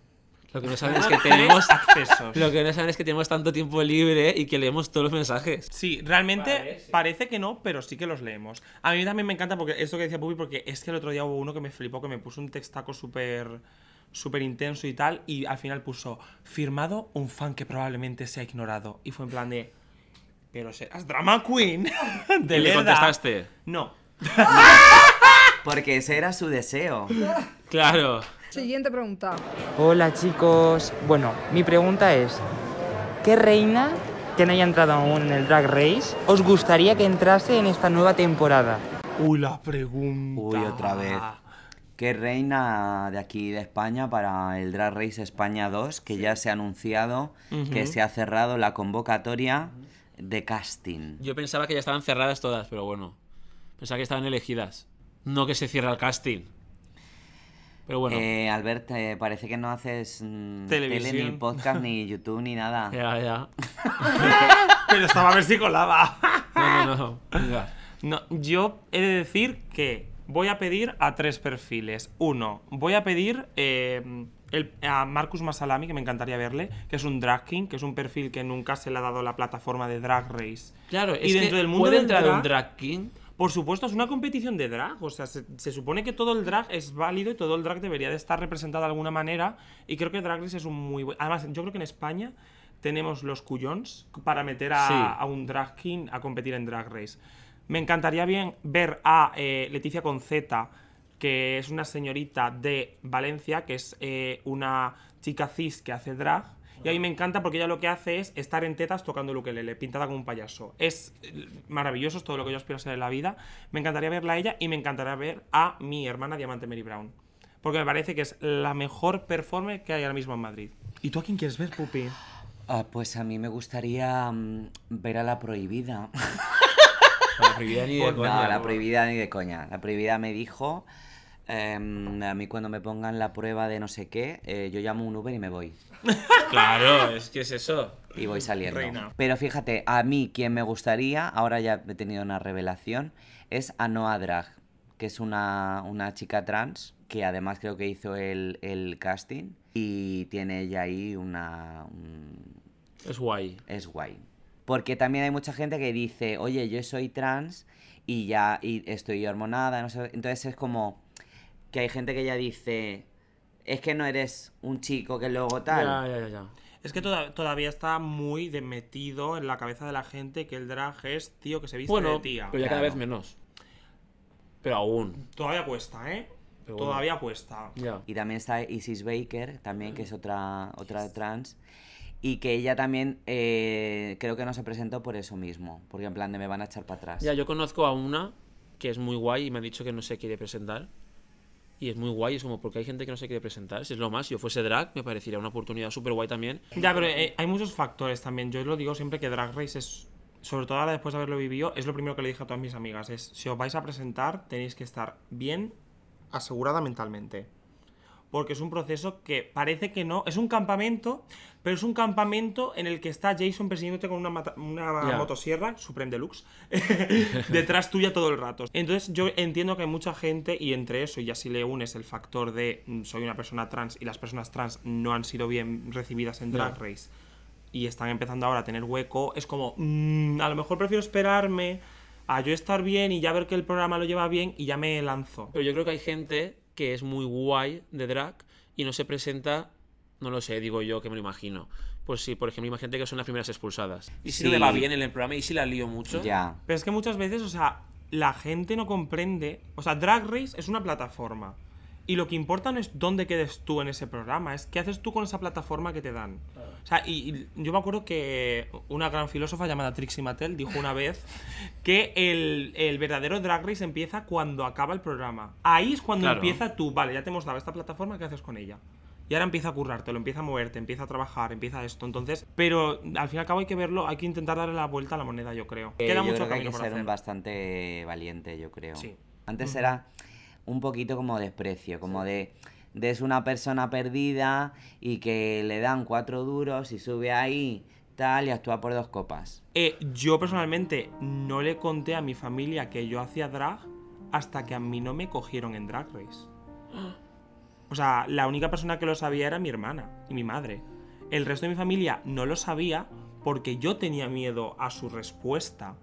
Lo que no saben es que *laughs*
Tres
tenemos
accesos.
Lo que no saben es que tenemos tanto tiempo libre y que leemos todos los mensajes.
Sí, realmente parece que no, pero sí que los leemos. A mí también me encanta porque esto que decía Pupi, porque es que el otro día hubo uno que me flipó, que me puso un textaco súper súper intenso y tal, y al final puso firmado un fan que probablemente sea ignorado. Y fue en plan de, pero serás drama queen. *laughs* de
¿Y le
verdad.
contestaste?
No.
Porque ese era su deseo.
Claro.
Siguiente pregunta.
Hola chicos, bueno, mi pregunta es, ¿qué reina que no haya entrado aún en el Drag Race os gustaría que entrase en esta nueva temporada?
Uy, la pregunta.
Uy, otra vez. Qué reina de aquí de España para el Drag Race España 2, que ya se ha anunciado que se ha cerrado la convocatoria de casting.
Yo pensaba que ya estaban cerradas todas, pero bueno. Pensaba que estaban elegidas. No que se cierra el casting. Pero bueno.
Eh, Albert, eh, parece que no haces mm, tele, ni
Televisión.
*laughs*
podcast, ni YouTube, ni nada.
Ya, ya.
Pero estaba a ver si colaba.
No, no, no. Venga.
No, yo he de decir que voy a pedir a tres perfiles. Uno, voy a pedir eh, el- a Marcus Masalami, que me encantaría verle, que es un drag king, que es un perfil que nunca se le ha dado la plataforma de Drag Race.
Claro, es
y dentro
que
del mundo
puede
del
entrar
drag,
un drag king.
Por supuesto, es una competición de drag. O sea, se, se supone que todo el drag es válido y todo el drag debería de estar representado de alguna manera. Y creo que Drag Race es un muy buen. Además, yo creo que en España tenemos los cuyons para meter a,
Sí.
a un drag king a competir en Drag Race. Me encantaría bien ver a eh, Leticia Conceta, que es una señorita de Valencia, que es eh, una chica cis que hace drag. Y a mí me encanta porque ella lo que hace es estar en tetas tocando el ukelele, pintada como un payaso. Es eh, maravilloso, es todo lo que yo aspiro a ser en la vida. Me encantaría verla a ella y me encantaría ver a mi hermana Diamante Mary Brown. Porque me parece que es la mejor performer que hay ahora mismo en Madrid. ¿Y tú a quién quieres ver, Pupi?
Ah, pues a mí me gustaría mm, ver a la prohibida.
No, la prohibida ni de
*laughs* no,
coña,
la
por-
prohibida ni de coña. La prohibida me dijo, em, a mí cuando me pongan la prueba de no sé qué, eh, yo llamo un Uber y me voy.
Claro, es que es eso.
y voy saliendo.
Reina.
Pero fíjate, a mí quien me gustaría, ahora ya he tenido una revelación, es a Noa Drag, que es una, una chica trans que además creo que hizo el, el casting y tiene ella ahí una... un-
Es guay.
es guay. Porque también hay mucha gente que dice, oye, yo soy trans y ya y estoy hormonada, no sé. Entonces es como que hay gente que ya dice, es que no eres un chico que luego tal.
Ya, ya, ya, ya.
Es que toda- todavía está muy de metido en la cabeza de la gente que el drag es tío que se viste
Bueno,
de tía.
pero ya cada
claro.
vez menos. Pero aún.
Todavía cuesta, ¿eh?
Pero bueno.
todavía cuesta.
Ya.
Y también está Isis Baker, también, que es otra, otra trans. Y que ella también eh, creo que no se presentó por eso mismo. Porque en plan de me van a echar para atrás.
Ya, yo conozco a una que es muy guay y me ha dicho que no se quiere presentar. Y es muy guay, es como porque hay gente que no se quiere presentar. Si es lo más, si yo fuese drag, me parecería una oportunidad súper guay también.
Ya, pero eh, hay muchos factores también. Yo lo digo siempre que Drag Race es, sobre todo ahora después de haberlo vivido, es lo primero que le dije a todas mis amigas. Es, si os vais a presentar, tenéis que estar bien asegurada mentalmente. Porque es un proceso que parece que no. Es un campamento, pero es un campamento en el que está Jason persiguiéndote con una, mata- una
Ya.
motosierra, Supreme Deluxe, *laughs* detrás tuya todo el rato. Entonces yo entiendo que hay mucha gente y entre eso, y así le unes el factor de mm, soy una persona trans y las personas trans no han sido bien recibidas en Drag Race y están empezando ahora a tener hueco, es como, mm, a lo mejor prefiero esperarme a yo estar bien y ya ver que el programa lo lleva bien y ya me lanzo.
Pero yo creo que hay gente que es muy guay de drag y no se presenta, no lo sé, digo yo que me lo imagino. Pues sí, por ejemplo, imagínate que son las primeras expulsadas. Y si no le
Sí.
va bien en el programa y si la lío mucho.
Ya.
Pero es que muchas veces, o sea, la gente no comprende. O sea, Drag Race es una plataforma. Y lo que importa no es dónde quedes tú en ese programa, es qué haces tú con esa plataforma que te dan. O sea, y, y yo me acuerdo que una gran filósofa llamada Trixie Mattel dijo una vez que el, el verdadero Drag Race empieza cuando acaba el programa. Ahí es cuando
Claro.
empieza tú, vale, ya te hemos dado esta plataforma, ¿qué haces con ella? Y ahora empieza a currártelo, empieza a moverte, empieza a trabajar, empieza esto. Entonces, pero al fin y al cabo hay que verlo, hay que intentar darle la vuelta a la moneda, yo creo.
Eh,
Queda
yo
mucho
creo que hay
camino
que
por
ser un
hacer.
bastante valiente, yo creo.
Sí.
Antes era un poquito como desprecio, como de, de es una persona perdida y que le dan cuatro duros y sube ahí, tal, y actúa por dos copas.
Eh, yo personalmente no le conté a mi familia que yo hacía drag hasta que a mí no me cogieron en Drag Race. *gasps* O sea, la única persona que lo sabía era mi hermana y mi madre. El resto de mi familia no lo sabía porque yo tenía miedo a su respuesta,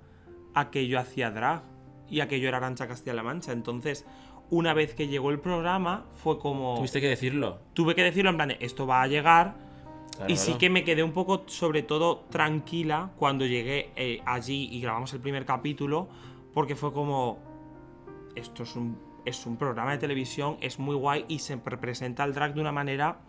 a que yo hacía drag y a que yo era Arancha Castilla-La Mancha. Entonces, una vez que llegó el programa, fue como
Tuviste que decirlo.
tuve que decirlo en plan, de, esto va a llegar.
Claro,
y sí
claro.
que me quedé un poco, sobre todo, tranquila cuando llegué eh, allí y grabamos el primer capítulo, porque fue como, esto es un, es un programa de televisión, es muy guay y se pre- presenta el drag de una manera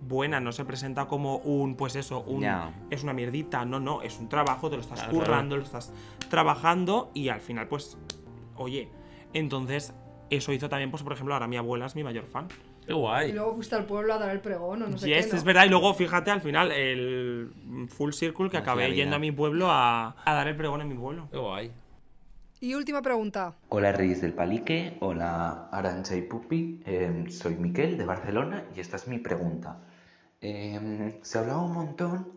buena, no se presenta como un, pues eso, un,
Ya.
es una mierdita, no, no, es un trabajo, te lo estás
Claro, claro.
currando, lo estás trabajando y al final, pues, oye, entonces eso hizo también, pues, por ejemplo, ahora mi abuela es mi mayor fan.
Qué
Y
guay.
luego fuiste al pueblo a dar el pregón o no sé
Yes,
qué. ¿no?
es verdad. Y luego, fíjate, al final, el full circle
Como
que
es la
acabé
vida.
yendo a mi pueblo a, a dar el pregón en mi pueblo.
Qué guay.
Y última pregunta.
Hola Reyes del Palique, hola Arancha y Pupi, Eh, soy Miquel de Barcelona y esta es mi pregunta. Eh, se hablaba un montón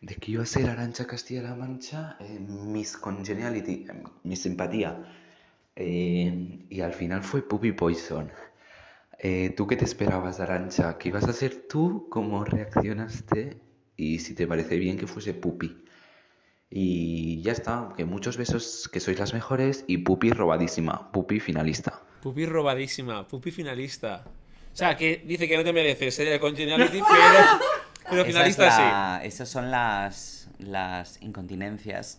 de que iba a ser Arancha Castilla-La Mancha, eh, Miss Congeniality, eh, Miss Simpatía, Eh, y al final fue Pupi Poison. Eh, ¿tú qué te esperabas, Arancha? ¿Qué ibas a hacer tú? ¿Cómo reaccionaste? Y si te parece bien que fuese Pupi. Y ya está, que muchos besos, que sois las mejores y Pupi robadísima, Pupi finalista.
Pupi robadísima, Pupi finalista. O sea, que dice que no te mereces ser el *laughs* Congeniality, pero, pero
Esa
finalista
es
sí.
la- Esas son las,
*laughs*
las incontinencias.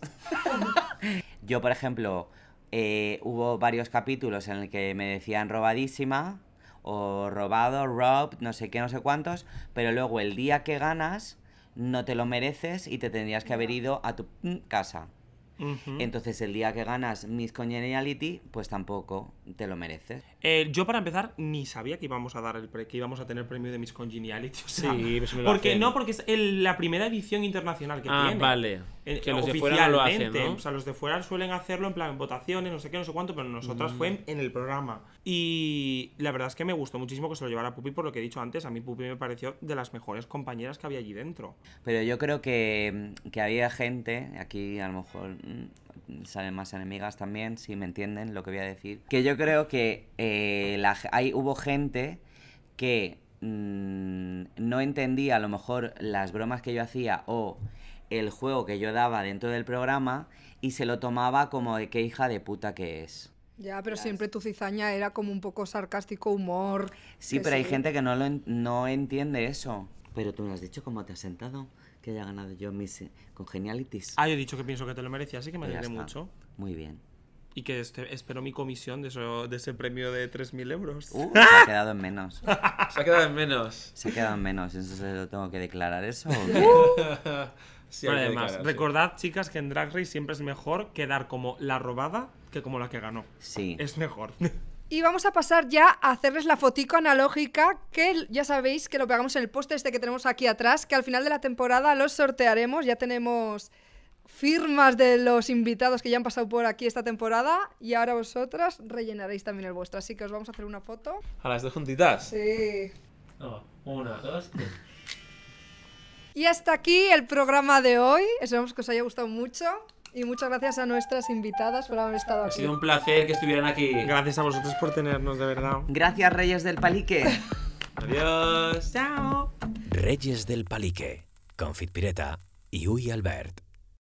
Yo, por ejemplo, eh, hubo varios capítulos en el que me decían robadísima o robado, rob, no sé qué, no sé cuántos, pero luego el día que ganas no te lo mereces y te tendrías que haber ido a tu mm, casa.
Ujú.
Entonces el día que ganas Miss Congeniality, pues tampoco te lo mereces.
Eh, yo, para empezar, ni sabía que íbamos a dar el pre- que íbamos a tener premio de Miss Congeniality. O sea,
Sí, pues me lo
porque
hacen.
no, porque es el- la primera edición internacional que
Ah,
tiene.
vale.
Eh,
Que los de fuera no lo hacen,
oficialmente.
¿no?
O sea, los de fuera suelen hacerlo en plan votaciones, no sé qué, no sé cuánto, pero nosotras fue
Mm.
en, en el programa. Y la verdad es que me gustó muchísimo que se lo llevara Pupi por lo que he dicho antes. A mí Pupi me pareció de las mejores compañeras que había allí dentro.
Pero yo creo que, mm, que había gente, aquí a lo mejor mm, salen más enemigas también, si me entienden lo que voy a decir, que yo creo que eh, la g- hay, hubo gente que mm, no entendía a lo mejor las bromas que yo hacía o el juego que yo daba dentro del programa y se lo tomaba como de qué hija de puta que es.
Ya, pero siempre tu cizaña era como un poco sarcástico, humor.
Sí,
que
pero hay gente que no, lo en- no entiende eso. Pero tú me has dicho cómo te has sentado que haya ganado yo mis eh, congenialities.
Ah, yo he dicho que pienso que te lo merecía, así que me
Pues ya
alegré
está.
*laughs* mucho.
Muy bien.
y que este- espero mi comisión de, eso- de ese premio de 3.000 euros.
Uh, se ha quedado en menos.
Se ha quedado en menos.
Se ha quedado en menos. ¿Eso se lo tengo que declarar eso? o qué?
*laughs*
Uh.
Sí,
Bueno,
hay que declarar,
además,
sí.
recordad, chicas, que en Drag Race siempre es mejor quedar como la robada que como la que ganó.
Sí.
Es mejor.
Y vamos a pasar ya a hacerles la fotico analógica, que l- ya sabéis que lo pegamos en el póster este que tenemos aquí atrás, que al final de la temporada los sortearemos, ya tenemos firmas de los invitados que ya han pasado por aquí esta temporada y ahora vosotras rellenaréis también el vuestro, así que os vamos a hacer una foto.
A las dos juntitas.
Sí.
No, una, dos, tres.
Y hasta aquí el programa de hoy, esperamos que os haya gustado mucho y muchas gracias a nuestras invitadas por haber estado
Ha
aquí.
sido un placer que estuvieran aquí.
*laughs* Gracias a vosotros por tenernos, de verdad.
Gracias, Reyes del Palique.
Adiós.
Chao.
Reyes del Palique, Confit Pireta y Uy Albert.